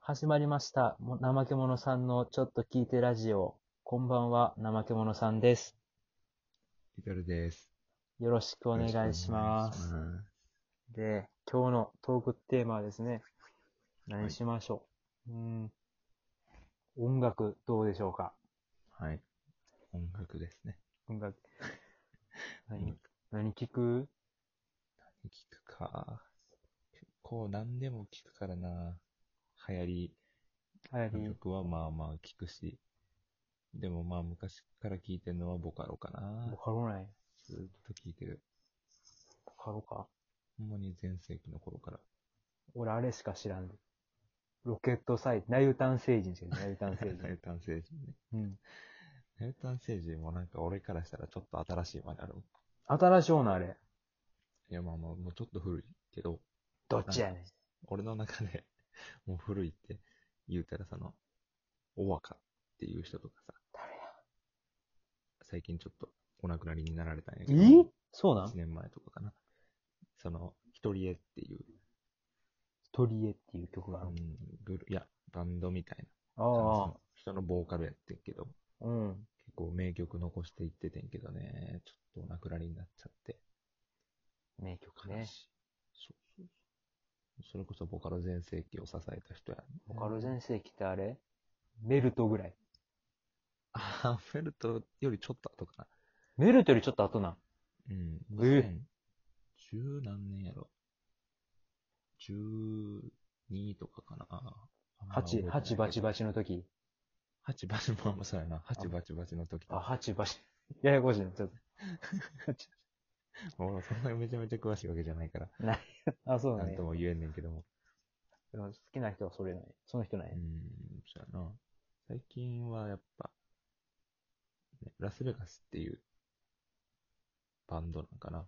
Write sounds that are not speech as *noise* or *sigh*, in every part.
始まりました。も怠け者さんのちょっと聞いてラジオ。こんばんは、怠け者さんです。リトルです。よろしくお願いします。よろしくお願いしまで、今日のトークテーマはですね、何しましょう、うん。音楽どうでしょうかす。はい。音楽ですね。音 *laughs* 楽。音何、何聞く聞くか。結構何でも聞くからな。流行り流行のり。曲はまあまあ聞くし。でもまあ昔から聞いてるのはボカロかなボ。カロない。ずっと聞いてる。ボカロか。ほんまに全盛期の頃から。俺あれしか知らんで。ロケットサイズ、ナユタン星人しか知らんナユタン星ナ *laughs* 人。ルタン星人ね。うん。ナルタン星人もなんか俺からしたらちょっと新しいまであるもん。新しいのあれ。いやまあまあ、もうちょっと古いけど、どっちやねん。俺の中で、 *laughs* もう古いって言うたら、その、お若っていう人とかさ、誰や最近ちょっとお亡くなりになられたんやけど、えそうな ?1 ん年前とかかな。その、ひとりえっていう、トリエっていう曲があうるん。、グルいや、バンドみたいなあ感じの人のボーカルやってんけど、あ、うん。結構名曲残していっててんけどね、ちょっとお亡くなりになっちゃって、名曲悲ね。しい。そうそうそう。それこそボカロ全盛期を支えた人や、ね。ボカロ *laughs* 全盛期ってあれメルトぐらい。あー、フェルトよりちょっと後かな。メルトよりちょっと後なん。うん。え十何年やろ。十二とかかな。あんま覚八えて、ないけ八どバチバチの時。八バチもあんまそうやな。八バチバチの時あ、とか。八バチ。 *laughs* ややこしいな、ちょっ俺そんなにめちゃめちゃ詳しいわけじゃないから、と。あ、そうなだんねと。も言えんねんけども。でも好きな人はそれない。その人なういん。、そうやな。最近はやっぱ、ねラスベガスっていうバンドなんかな。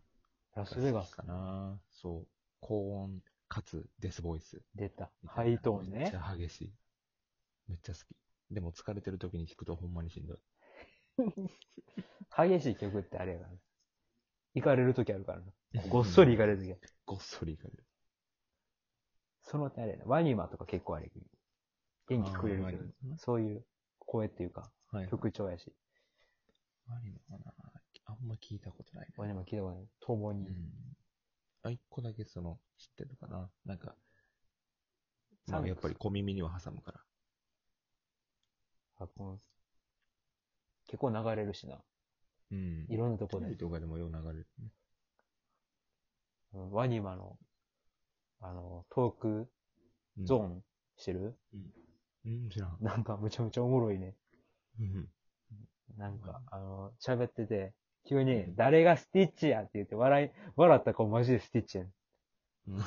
ラスベガ好きスか。な。そう。高音かつデスボイス。出た。ハイトーンめっねち。ゃ激しい。めっちゃ好き。でも疲れてる時に聞くとほんまにしんどい。激しい曲ってあれやからね。行かれる時あるからな。 *laughs* ごっそり行かれる時ある。ごっそりいかれる。その手あれやな。ワニマとか結構あれ。元気くれるけど。あーそういう声っていうか、はい。曲調やし。マリノかな。あんま聞いたことないワね。ニマ聞いたことない。共うに。ん。あ、一個だけその、知ってるかな。なんか、まサあミックスやっぱり小耳には挟むから。あこの結構流れるしな。うん。いろんなとテこレビで。とかでもよう流れるね。うんワニマの、あの、トークゾーンしてる、ン。うん、知らん。なんかむちゃむちゃおもろいね。うん。なんか、うあの、喋ってて、急にう、ん誰がスティッチやって言って笑い、笑った子マジでスティッチやん。う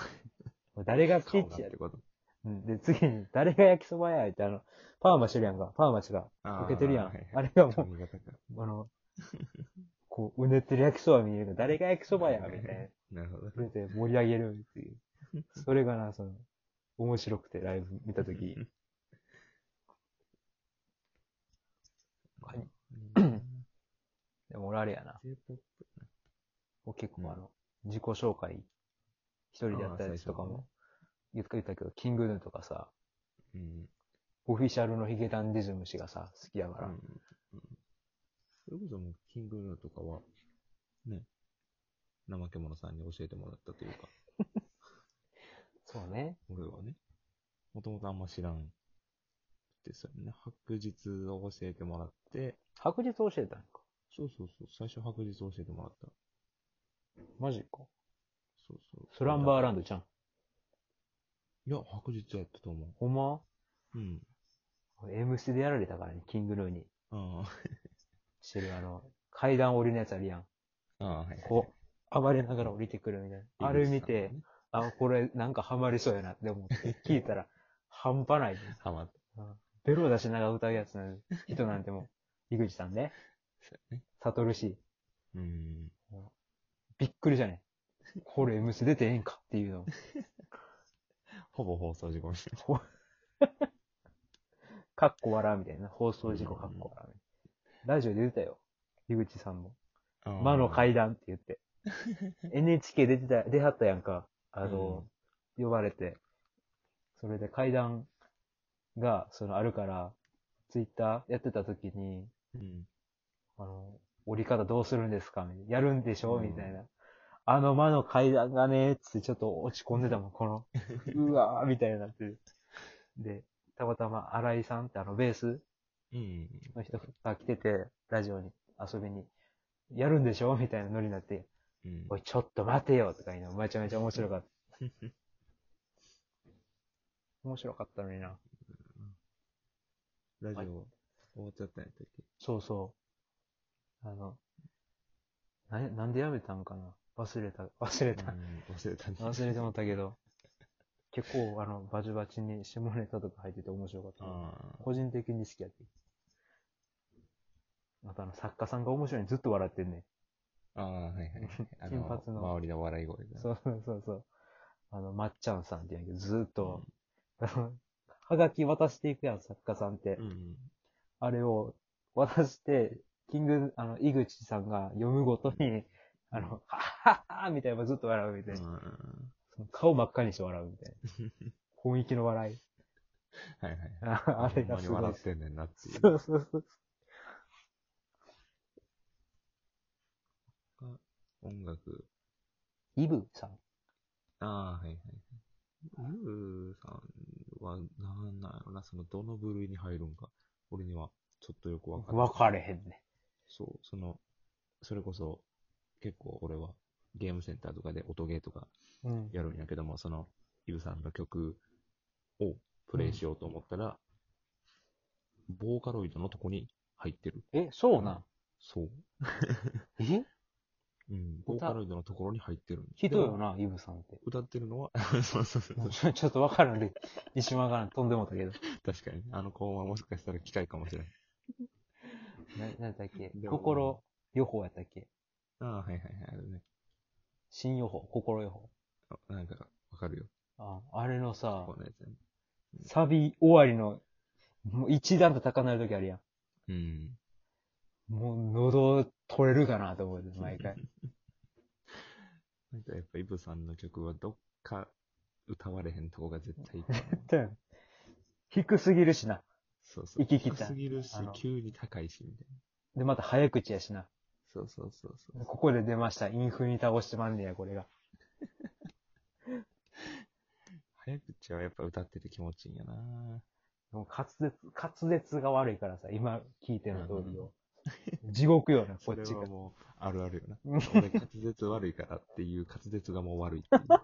ん誰がスティ顔ッがっチやてこと。うんで、次に、誰が焼きそばやって、あの、パーマしてるやんか。パーマしか、あー受けてるやんはいはいあれがもう髪型かあの、こう、うねってる焼きそば見えるの誰が焼きそばやみたいな。なるほど。触れて盛り上げるっていう。それがな、その、面白くてライブ見たとき。他にうんでも俺あれやな。 J-POP もう結うん構あの、自己紹介、一人でやったやつとかああ最初のねも、言った言ったけど、キングヌーとかさ、うん。オフィシャルのヒゲダンディズム氏がさ、好きやから。うんうんそれこそもう、キングヌーとかは、ね、怠け者さんに教えてもらったというか、そうね。俺はね、もともとあんま知らんですよね。白日を教えてもらって、白日教えたんか。そうそうそう、最初白日教えてもらった。マジか。そうそう。スランバーランドドじゃん。いや、白日やったと思ほんまう。うん。 ?MC でやられたからね、キングヌーに。あしてるあの、階段降りのやつあるやん。あ、ああ、はい。こう、暴れながら降りてくるみたいな。あれ見て、、あ、これなんかハマりそうやなって思 *laughs* って、聞いたら、半端ない。ハマった。ベロ出しながら歌うやつの人なんても *laughs* う、井口さんね、そうやね。悟るし、うん。びっくりじゃねえ。これ MC 出てええんかっていうの。 *laughs* ほぼ放送事故みたいかっこ笑うみたいな。放送事故かっこ笑うみたいな。ラジオで出てたよ。井口さんも。な。ああ魔の階段って言 *laughs* って。NHK 出てた、出はったやんか。あの、呼ばれて。それで階段が、そのあるから、ツイッターやってた時に、うん。あの、折り方どうするんですかみたいなやるんでしょうんみたいな。あの間の階段がね、つってちょっと落ち込んでたもん、こ *laughs* の、うわーみたいになってる。で、たまたま新井さんってあのベースうん。の人が来てて、ラジオに遊びに、やるんでしょみたいなノリになって、うん。おい、ちょっと待てよとか言うの、めちゃめちゃ面白かった。 *laughs* 面白かったのにな。ラジオ終わっちゃったんやったっけそうそう。あの、な、なんでやめたんかな忘れた、忘れた。うん忘れたね。忘れてもったけど、結構あの、バチバチに下ネタとか入ってて面白かったな。ああ。個人的に好きやって。またあの、作家さんが面白いのずっと笑ってんね。ああ、はいはいはい。あ金髪の周りの笑い声が。そうそうそうそう。あの、まっちゃんさんって言うんやけど、ずーっと、 *laughs* はがき渡していくやん、作家さんって。うん。うん。あれを渡して、キング、あの、井口さんが読むごとに、あの、はっはっはみたいな、ずっと笑うみたいな。うんその顔真っ赤にして笑うみたい *laughs* な。雰囲気の笑い。はいはい。ああれがすほんまごいに笑。ってんねんなっていう。そうそうそう。音楽。イブさん。ああ、はいはいはい。ゆうさんは、なんなんやろな、その、どの部類に入るんか。俺には、ちょっとよくわかんない。分かれへんね。そう、その、それこそ、結構俺は、ゲームセンターとかで音ゲーとかうん。やるんやけども、その、イブさんの曲をプレイしようと思ったら、ボーカロイドのとこに入ってる。え、そうなん。そう。えうん。ボーカロイドのところに入ってるんだひどいよな、イブさんって。歌ってるのは、 *laughs* そうそうそうそ *laughs* う。ちょちょっと分からんで、一瞬分からん。飛んでもったけど。確かに。あの子はもしかしたら機械かもしれない。な、なんだっけでも心予報やったっけああ、はいはいはい。あるね。新予報、心予報。あなんか、わかるよ。あ、あれのさこ、のやつね。サビ終わりの、もう一段と高鳴るときあるやうん。ん。もう喉取れるかなと思うて、毎回。なんかやっぱイブさんの曲はどっか歌われへんとこが絶対いい。低すぎるしな。そうそう。息切った低すぎるしあの、急に高いし、みたいな。で、また早口やしな。そうそうそうそう。ここで出ました。インフに倒してまんねや、これが。早口はやっぱ歌ってて気持ちいいんやなもう滑舌、滑舌が悪いからさ、今聞いての通りを。地獄よな、こ *laughs* そっれちはが。もう、あるあるよな。うん俺滑舌悪いからっていう滑舌がもう悪いっていう。終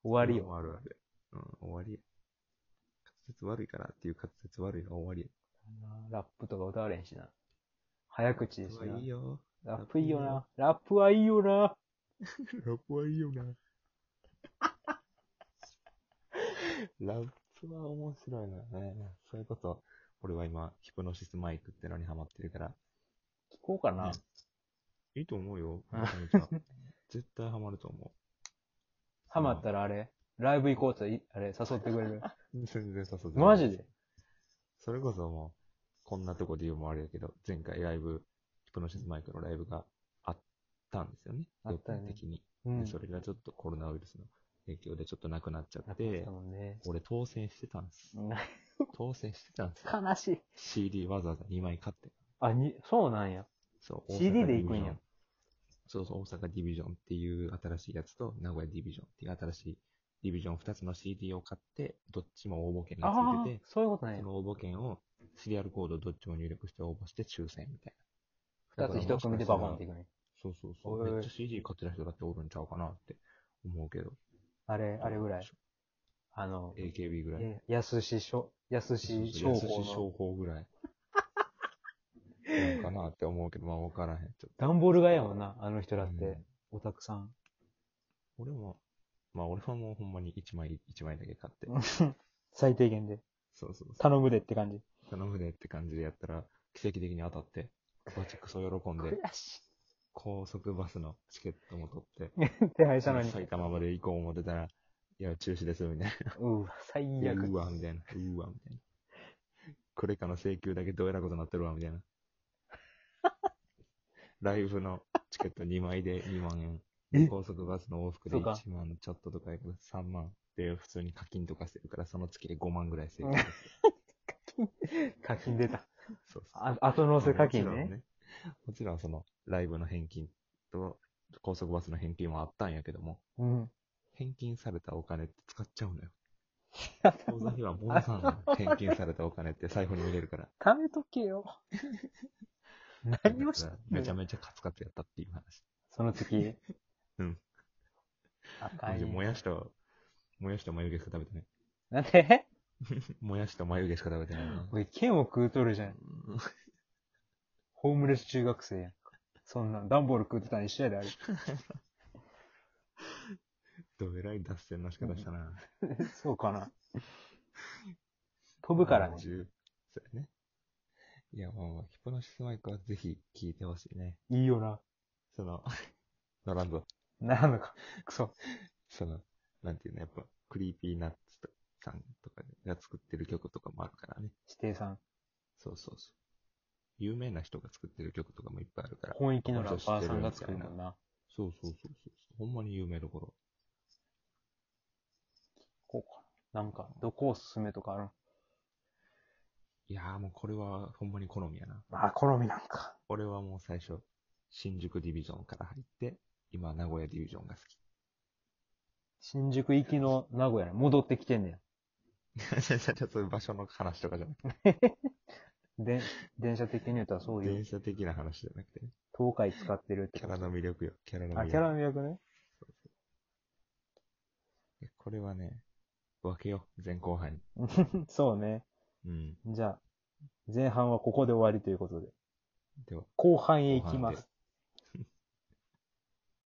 *laughs* 終わりよ。あるある。うん、終わりや。滑舌悪いからっていう滑舌悪いが終わりや。ラップとか歌われへんしな。早口ですラップはいいな。よ。ラップいいよな。ラップはいいよな。ラップはいいよな。 *laughs* ラップは面白いのよね。それこそ、俺は今、ヒプノシスマイクってのにハマってるから。聞こうかな。いいと思うよ。うんめちゃめちゃ絶対ハマると思ハマったらあれライブ行こうって、いあれ、誘ってくれる。う。全然誘ってマジでそれこそもう、こんなとこで言うもあれやけど、前回ライブ、ヒプノシスマイクのライブがあったんですよね。あったよね予定的に。うん。でそれがちょっとコロナウイルスの影響でちょっとなくなっちゃなっかってた、もんね。俺当選してたんです。 *laughs* 当選してたんですよ。悲しい。 CD わざわざ2枚買って。あ、に、そうなんや。そう。 CD 大阪で行くんやディビジョン。そうそう、大阪ディビジョンっていう新しいやつと、名古屋ディビジョンっていう新しいディビジョン2つの CD を買って、どっちも応募券がああついてて、、そういうことなんやそ。の応募券をシリアルコードどっちも入力して応募して抽選みたいな。二つ一組でバコンっていくね。そうそうそう。おいめっちゃ CD 買ってた人だっておるんちゃうかなって思うけど。あれ、あれぐらい。あの、 AKB ぐらい。え安ししょ、安し商そうそう安し法の。商法ぐらい。なんかなって思うけど、まあ分からへん。ちょっダンボールがやもんな、あの人とだっうんて。オタクさん。俺も、まあ俺はもうほんまに1枚、一枚だけ買って。最低限で。そうそうそう。頼むでって感じ。頼むでって感じでやったら、奇跡的に当たって、バチクソ喜んで、し高速バスのチケットも取って、い。手配したのに。埼玉まで行こう思ってたら、いや、中止ですみたいな。うわ、最いや、う悪。ーわ、みたいな。うーわ、みたいな。これかの請求だけどうやらことになってるわ、みたい *laughs* な。ライブのチケット2枚で2万円。え高速バスの往復でそうか1万ちょっととかやけど、3万。で、普通に課金とかしてるから、その月で5万ぐらい請求うんする。課金出た。そうそう。あ後乗せ課金まあもちろんね。ね。もちろんその、ライブの返金と、高速バスの返金はあったんやけども、うん。返金されたお金って使っちゃう *laughs* のよ。口座には戻さんのよ。返金されたお金って財布に入れるから。貯めとけ *laughs* よ。何をしただからめちゃめちゃカツカツやったっていう話。その月。 *laughs* うん。あかんよ。もやしと、もやしと眉毛しか食べてない。なんでもやしと眉毛しか食べてないな。おい、剣を食うとるじゃん。うんホームレス中学生やん。そんなん、段ボール食ってたん一緒やで、あ *laughs* れ。どえらい脱線の仕方したな。そうかな。飛ぶからまあね。十そうやね。いや、もう、ヒプノシスマイクはぜひ聞いてほしいね。いいよな。その、 *laughs* 乗らんぞ。なのか。くそ。その、なんていうの、やっぱ、クリーピーナッツさんとかが作ってる曲とかもあるからね。指定さん。そうそうそう。有名な人が作ってる曲とかもいっぱいあるから。本域のラッパーさんが作るもんな。そうそうそうそう。ほんまに有名どころ。こうかな。なんか、どこおすすめとかあるんいやーもうこれはほんまに好みやな。あ、好みなんか。俺はもう最初、新宿ディビジョンから入って、今名古屋ディビジョンが好き。新宿行きの名古屋に戻ってきてんね *laughs* じゃじゃじゃそういう場所の話とかじゃなくて、ん。で、電車的に言うたらそうい電う、車的な話じゃなくて、東海使ってるってキャラの魅力よ、キャラの魅力。あ、キャラの役ね。 *laughs* えこれはね、分けよう、前後半に。そうね。うん。じゃあ、前半はここで終わりということで、では、後半へ行きます。